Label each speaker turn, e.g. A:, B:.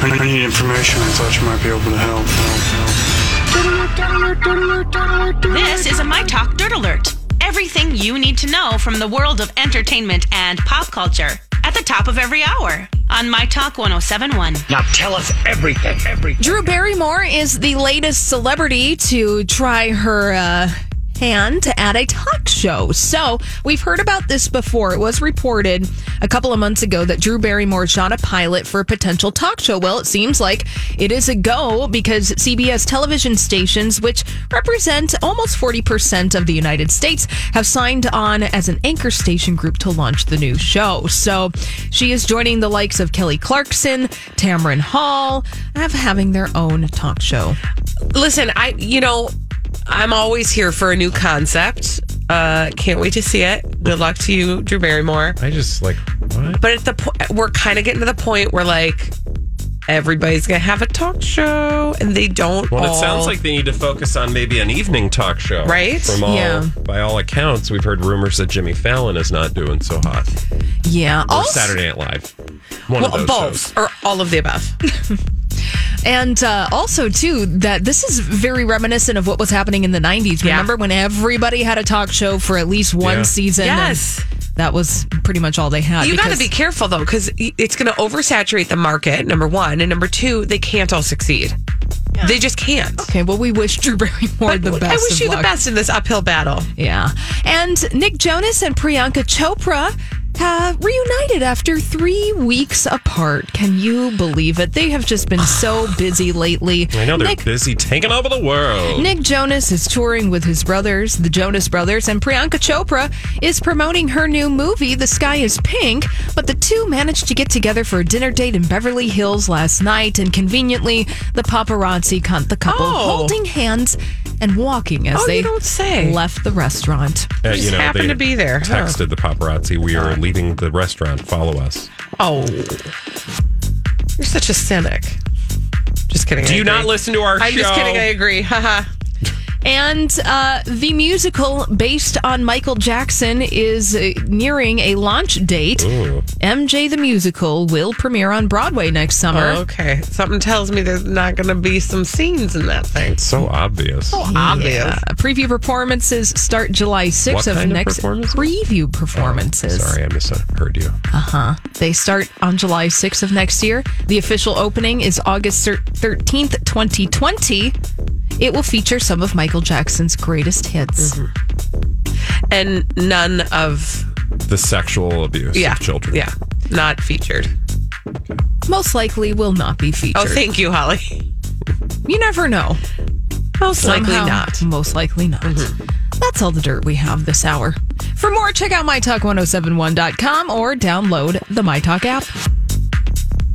A: I need information. I thought you might be able to help. help, help.
B: This is a My Talk Dirt Alert. Everything you need to know from the world of entertainment and pop culture at the top of every hour on My Talk 1071.
C: Now tell us everything. Everything.
D: Drew Barrymore is the latest celebrity to try her uh, hand at a talk show. So we've heard about this before. It was reported a couple of months ago that Drew Barrymore shot a pilot for a potential talk show. Well, it seems like it is a go because CBS television stations, which represent almost 40% of the United States, have signed on as an anchor station group to launch the new show. So she is joining the likes of Kelly Clarkson, Tamron Hall, of having their own talk show.
E: Listen, I you know, I'm always here for a new concept. Uh, can't wait to see it. Good luck to you, Drew Barrymore.
F: I just like what?
E: But at the po- we're kind of getting to the point where like everybody's gonna have a talk show, and they don't.
F: Well, it
E: all-
F: sounds like they need to focus on maybe an evening talk show,
E: Right?
F: From all,
D: Yeah.
F: by all accounts, we've heard rumors that Jimmy Fallon is not doing so hot.
D: Yeah.
F: Or
D: also-
F: Saturday Night Live, one
E: well,
F: of those
E: both
F: shows.
E: or all of the above.
D: Uh, And uh, also, too, that this is very reminiscent of what was happening in the 90s.
E: Yeah.
D: Remember when everybody had a talk show for at least one
F: Yeah.
D: season? and
E: Yes.
D: That was pretty much all they had.
E: You got to
D: because-
E: be careful though, because it's going to oversaturate the market. Number one, and number two, they can't all succeed. They just can't.
D: Okay, well, we wish Drew Barrymore the best.
E: I wish
D: of
E: you the
D: luck.
E: best in this uphill battle.
D: Yeah. And Nick Jonas and Priyanka Chopra have reunited after three weeks apart. Can you believe it? They have just been so busy lately.
F: I know they're
D: Nick-
F: busy taking over the world.
D: Nick Jonas is touring with his brothers, the Jonas Brothers, and Priyanka Chopra is promoting her new movie, The Sky is Pink. But the two managed to get together for a dinner date in Beverly Hills last night, and conveniently, the paparazzi caught the couple
E: Oh.
D: holding hands and walking as
E: Oh,
D: they
E: you don't say.
D: left the restaurant.
F: Uh,
E: just happened
F: they
E: to be there, huh?
F: Texted the paparazzi, "We are leaving the restaurant. Follow us."
E: Oh, you're such a cynic. Just kidding.
F: Do
E: I
F: you not
E: agree.
F: listen to our
E: I'm
F: show?
E: just kidding. I agree. Haha.
D: And uh, the musical based on Michael Jackson is uh, nearing a launch date.
E: Oh.
F: Ooh.
D: MJ the Musical will premiere on Broadway next summer.
E: Oh, okay. Something tells me there's not going to be some scenes in that thing.
F: It's so obvious.
E: Obvious.
D: Uh, preview performances start July 6th
F: What
D: of
F: kind of
D: next
F: performances?
D: preview performances.
F: Sorry, I misheard you.
D: They start on July 6th of next year. The official opening is August thir- 13th, 2020. It will feature some of Michael Jackson's greatest hits.
F: Mm-hmm.
E: And none of
F: The sexual abuse
E: yeah
F: of children.
E: Yeah, not featured.
D: Most likely will not be featured.
E: Oh, thank you, Holly.
D: you never know.
E: Most likely
D: Somehow,
E: not.
D: Most likely not.
F: Mm-hmm.
D: That's all the dirt we have oh this hour. For more, check out mytalk1071.com or download the MyTalk app.